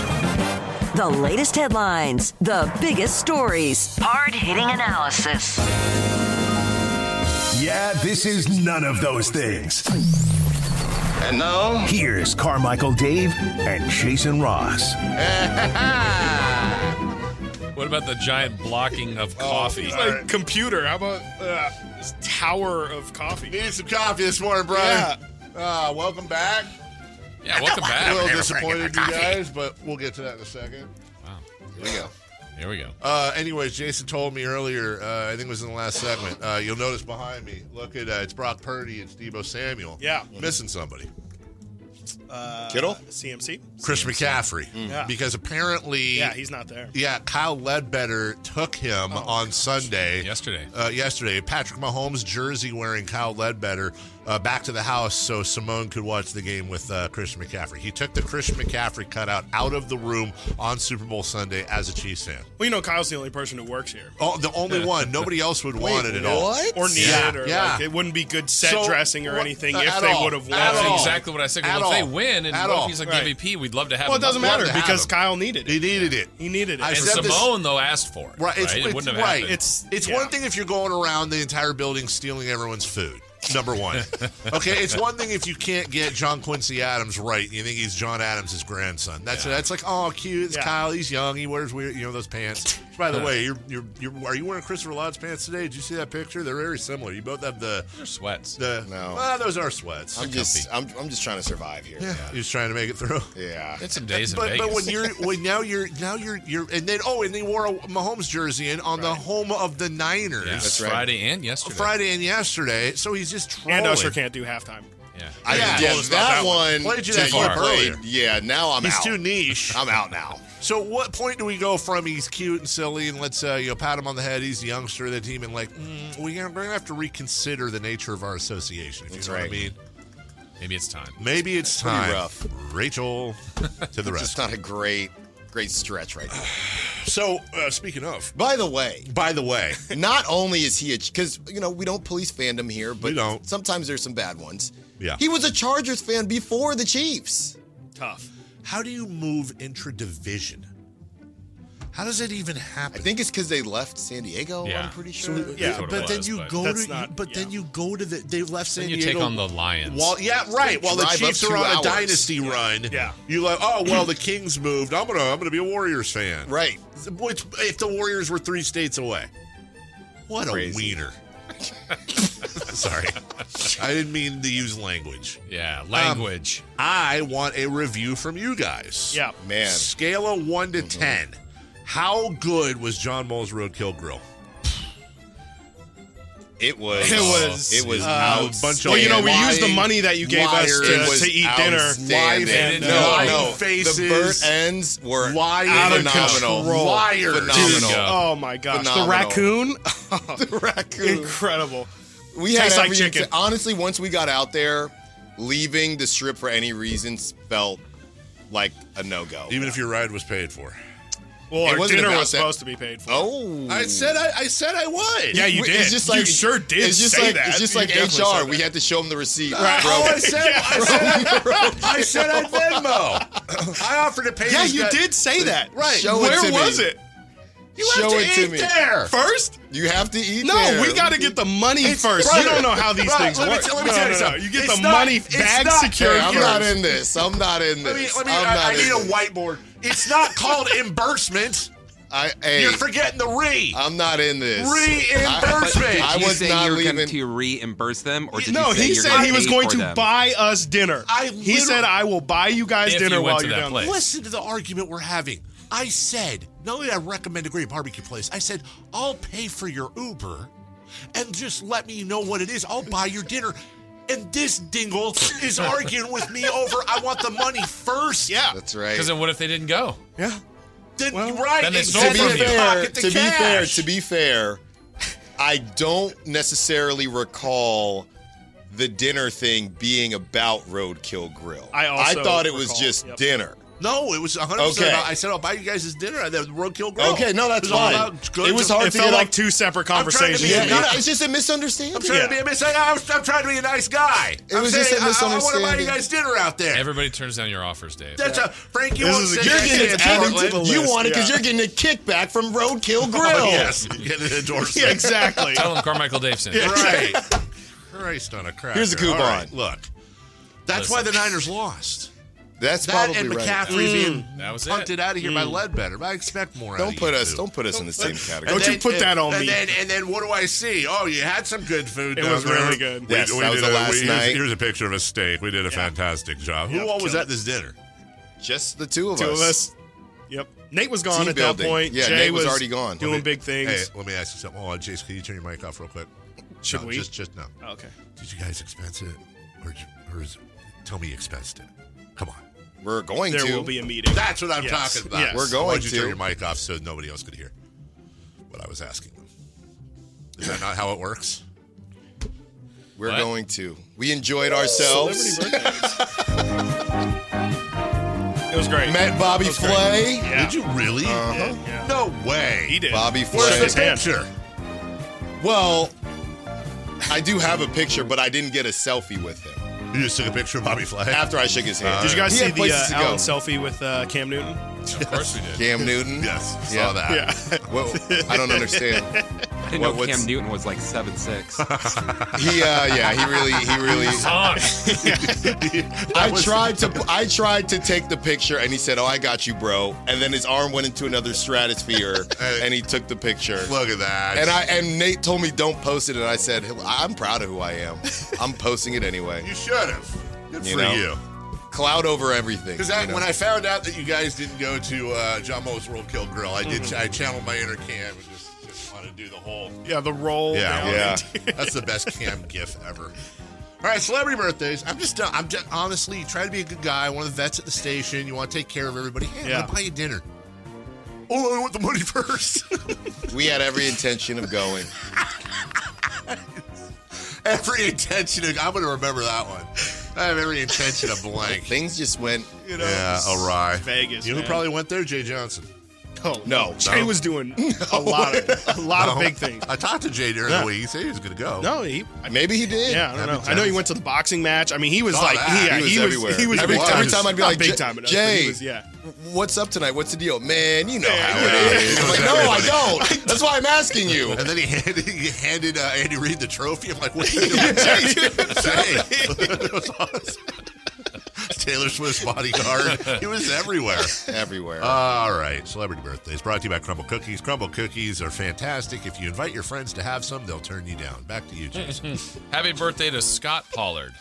The latest headlines, the biggest stories, hard hitting analysis. Yeah, this is none of those things. And now, Here's Carmichael Dave and Jason Ross. What about the giant blocking of Oh, coffee? It's like computer. How about uh, this tower of coffee? Need some coffee this morning, Brian. Uh, welcome back. yeah, welcome back. A little disappointed you guys, but we'll get to that in a second. Wow. Here we go. Here we go. Uh, anyways, Jason told me earlier. Uh, I think it was in the last segment. Uh, you'll notice behind me. Look at uh, it's Brock Purdy. It's Debo Samuel. Yeah. missing somebody. Uh, Kittle? CMC. Chris McCaffrey. Yeah. Because apparently, Yeah, Oh, he's not there. yeah, Kyle Ledbetter took him on Sunday. Yesterday. Uh, yesterday, Patrick Mahomes jersey wearing Kyle Ledbetter uh, back to the house so Simone could watch the game with uh, Christian McCaffrey. He took the Christian McCaffrey cutout out of the room on Super Bowl Sunday as a Chiefs fan. Well, you know, Kyle's the only person who works here. Oh, the only one. Nobody else would want it at all. Or need Yeah, it, or yeah. like, it wouldn't be good set So, dressing or what- anything uh, if at they all. would have won. At all. That's exactly what I said. At Well, if they all. win and At what if all. he's like Right. the MVP, we'd love to have Well, him. it doesn't We'd love matter to have because him. Kyle needed it. He needed it. He needed it. I And said this- Simone, though, asked for it. Right. It's, It it's- wouldn't have right. happened. It's it's one thing if you're going around the entire building stealing everyone's food. Number one. okay, it's one thing if you can't get John Quincy Adams right. You think he's John Adams' grandson. That's that's like, oh, cute. It's Yeah. Kyle. He's young. He wears weird, you know, those pants. Which, by the way, you're, you're, you're, are you wearing Christopher Lodd's pants today? Did you see that picture? They're very similar. You both have the sweats. The No. well, those are sweats. I'm just, I'm, I'm just trying to survive here. Yeah. He's trying to make it through. Yeah. It's some days in but, Vegas. But when you're when now you're now you're you're and then oh and they wore a Mahomes jersey in on the home of the Niners. Yeah, That's right. Friday and yesterday. Friday and yesterday. So he's just trolling. And Usher can't do halftime. Yeah. I Yeah. yeah, Closed that, out that one. one. Played you too that clip far. earlier. Yeah, now I'm He's out. too niche. I'm out now. So what point do we go from he's cute and silly and let's uh, you know pat him on the head? He's the youngster of the team and like mm, we're gonna have to reconsider the nature of our association. If That's you know right. what I mean. Maybe it's time. Maybe it's Pretty time. rough. Rachel to the It's rest. just not a great, great stretch right now. So uh, speaking of, By the way, by the way, not only is he a because you know we don't police fandom here, but We don't. sometimes there's some bad ones. Yeah. he was a Chargers fan before the Chiefs. Tough. how do you move intra division? How does it even I happen? think it's because they left San Diego. Yeah. I'm pretty So- sure. yeah, what it but then was, you but- go That's to, not- you, but then you go to the they left San Then you Diego. take on the Lions. Well, yeah, right. They While the drive up Chiefs two are on a hours. dynasty run, Yeah. you like, oh well, the Kings moved. I'm gonna, I'm gonna be a Warriors fan. Right. Which, if the Warriors were three states away, what Crazy. a wiener. Sorry, I didn't mean to use language. yeah, language. I want a review from you guys. Yeah. Man, Scale of one Mm-hmm. to ten. How good was John Mole's Roadkill Grill? it was. It Oh, was- It was Uh, outstanding. bunch of Well, you know, we used the Lying, money that you gave us liars. It to, was to eat dinner. outstanding. Lying- No, lying no. The faces. burnt ends were Lying- Out of phenomenal. control. Liars. Phenomenal. Dude, Oh my gosh, Phenomenal. the raccoon. the raccoon. Incredible. We Tastes had like everything- chicken. honestly, once we got out there, leaving the strip for any reason felt like a no go. Even if your ride was paid for. Well, It our wasn't dinner about was that- supposed to be paid for. oh, I said I, I said I would. Yeah, you did. It's just You like, sure did It's just say like that. it's just You like definitely said HR. We that. had to show them the receipt. I, bro. oh, I said, I said, I said I'd Venmo. I offered to pay. Yeah, these you guys- did say that. Right. Show it Where to me. was it? You show have to it to eat me. there. First? You have to eat. No, there. we got to get the money It's- first. brother, you don't know how these brother, things let me work. tell- let me no, tell you no, something. No. You get It's the not- money it's bag not secured. Hey, fair. I'm first. not in this. I'm not in Let me. this. Let me. I'm not I, I in need a this. whiteboard. It's not called reimbursement. I, hey, You're forgetting the re. I'm not in this. I, Reimbursement. I, I Did you was say not you were leaving. going to reimburse them, or did No, you say he you're said gonna he was pay going for to them? buy us dinner. I he literally- said, "I will buy you guys If dinner you went while to you're that down." place. there." Listen to the argument we're having. I said, not only did I recommend a great barbecue place, I said, I'll pay for your Uber and just let me know what it is. I'll buy your dinner. And this dingle is arguing with me over, I want the money first. Yeah. That's right. Because then what if they didn't go? Yeah. Then, Well, right. then and it's sit to over in be your with you. fair, pocket the to be fair, cash. to be fair, I don't necessarily recall the dinner thing being about Roadkill Grill. I also thought it was recall, just yep. dinner. No, it was 100% Okay. about, I said, I'll buy you guys this dinner at the Roadkill Grill. Okay, no, that's it was all fine. about good It was hard It to felt get like up- two separate I'm trying to conversations. be Yeah, no, Yeah, yeah. it's just a misunderstanding. I'm trying to be Yeah. a mis- I'm, I'm trying to be a nice guy. It I'm was saying, just a I, I want to buy you misunderstanding. guys dinner out there. Everybody turns down your offers, Dave. That's a Frank. You This won't is a- say You're that getting shit in added Portland. to the You list, want it because yeah. you're getting a kickback from Roadkill Grill. Oh, yes, get an endorsement. Yeah, exactly. Tell them Carmichael Dave sent it. Right. Christ on a cracker. Here's the coupon. All right, look, that's Listen. why the Niners lost. That's That probably and right. Mm. McCaffrey being That was it. punted out of here by Ledbetter. But I expect more. out Don't of put you us. two. Don't put us in the same And category. Don't you put that on and me. Then, and then what do I see? Oh, you had some good food. It down was there. really good. We- Yes, we that was did the a- last we- here's- night. Here's a picture of a steak. We did a fantastic job. Who Yep, all was killed at this dinner? Just the two of Two us. of us. Yep. Nate was gone Team at building. that point. Yeah, Jay Nate was already gone. Doing big things. Hey, let me ask you something. Hold on, Jason, can you turn your mic off real quick? Should No, we? Just, just no. okay. Did you guys expense it, or, did you- or is, tell me you expensed it? Come on. We're going There to. will be a meeting. That's what I'm Yes. talking about. Yes. We're Why going would you turn to. your mic off so nobody else could hear what I was asking them? Is that not how it works? We're What? going to. We enjoyed ourselves. Celebrity birthdays. it was great. Met Bobby That was great. Flay. Yeah. Did you really? Uh-huh. Yeah. No way. He did. Bobby Where's Flay. the picture? Well, I do have a picture, but I didn't get a selfie with him You just took a picture of Bobby Flay. after I shook his hand. Did you guys He see had the uh, places to go. Allen selfie with uh, Cam Newton? Of course we did. Cam Newton? Yes, saw Yeah. that. Yeah. Well, I don't understand. I didn't know What- Cam what's- Newton was like seven six. He, uh, yeah, he really, he really. I tried to, I tried to take the picture, and he said, "Oh, I got you, bro." And then his arm went into another stratosphere, and he took the picture. Look at that. And I, and Nate told me don't post it, and I said, "I'm proud of who I am. I'm posting it anyway." You should have. Good for you. Cloud over everything. Because you know? when I found out that you guys didn't go to uh, John Moe's World Kill Grill, I did. Mhm. I channeled my inner Cam and just, just want to do the whole. Yeah, the roll. down yeah. That's the best Cam gif ever. All right, celebrity birthdays. I'm just, uh, I'm just honestly try to be a good guy. One of the vets at the station. You want to take care of everybody. Hey, I'm Yeah. gonna buy you dinner. Oh, I want the money first. we had every intention of going. every intention. Of, I'm gonna remember that one. I have every intention of blank. Things just went. You know, yeah, awry. Vegas, You know who man. probably went there? Jay Johnson. Oh No. Jay No. was doing a lot of a lot of No. big things. I talked to Jay during Yeah. the week. He said he was going to go. No, he maybe he did. Yeah, I don't That'd know. be I know he tough. went to the boxing match. I mean, he was Saw like, that. yeah, He was he was, everywhere. he was every, big time, every time. time I'd be Not like, big "J- time, but he Jay, was- yeah. what's up tonight? What's the deal, man? You know how yeah. it is. I'm like, no, I Everybody. don't. That's why I'm asking you. And then he handed, he handed uh, Andy Reid the trophy. I'm like, what? Jay, It was awesome. Taylor Swift's bodyguard. He was everywhere. Everywhere. All right. Celebrity birthdays brought to you by Crumble Cookies. Crumble Cookies are fantastic. If you invite your friends to have some, they'll turn you down. Back to you, Jason. Happy birthday to Scott Pollard.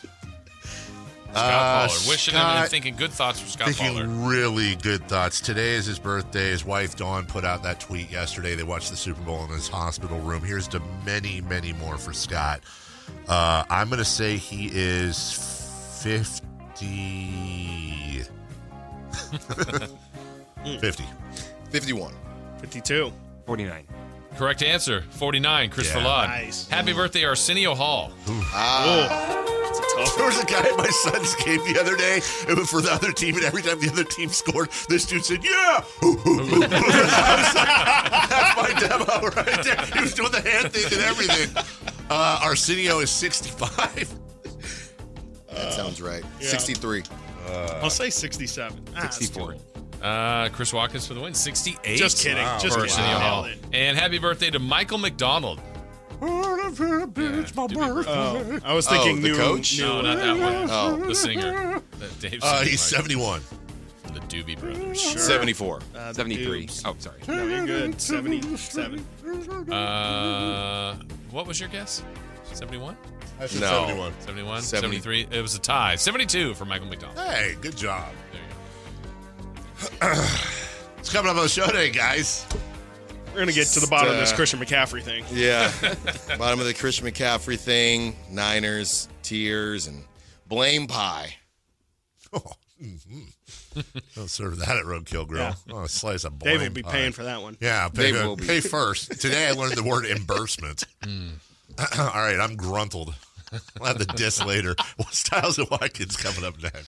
Scott Uh, Pollard. Wishing him Scott- and thinking good thoughts for Scott Thinking Pollard. really good thoughts. Today is his birthday. His wife Dawn put out that tweet yesterday. They watched the Super Bowl in his hospital room. Here's to many, many more for Scott. Uh, I'm going to say he is 50. 50. 51. 52. 49. Correct answer 49, Christopher Yeah. Laud. Nice. Happy birthday, Arsenio Hall. It's a tough there was a guy at my son's game the other day. It was for the other team, and every time the other team scored, this dude said, "Yeah." I was like, That's my demo right there. He was doing the hand thing and everything. Uh, Arsenio is 65. That sounds right. Yeah. 63. I'll say 67. Ah, it's too- Uh, Chris Watkins for the win, 68. Just kidding. Wow. Just for kidding. Arsenio Wow. Hall. Nailed And happy birthday to Michael McDonald. It's my birthday. Oh, I was thinking Oh, the new coach? New, No, not that one. Oh. The singer. That Dave Uh, Singer he's liked. 71. The Doobie Brothers. 74. Uh, the 73. Dukes. Oh, sorry. No, you're good. 77. Uh, what was your guess? 71? I said No. 71. 71? Seventy- 73? It was a tie. 72 for Michael McDonald. Hey, good job. There you go. It's coming up on the show today, guys. We're going to get to the bottom of this Uh, Christian McCaffrey thing. Yeah. Bottom of the Chris McCaffrey thing, Niners, tears, and blame pie. Oh, mm-hmm. Don't serve that at Roadkill Grill. Oh, a slice of Dave will blame be pie. paying for that one. Yeah, pay, They will be. Hmm. pay first. Today I learned the word embarrassment. All right, I'm gruntled. I'll have the diss later. Styles and Watkins coming up next.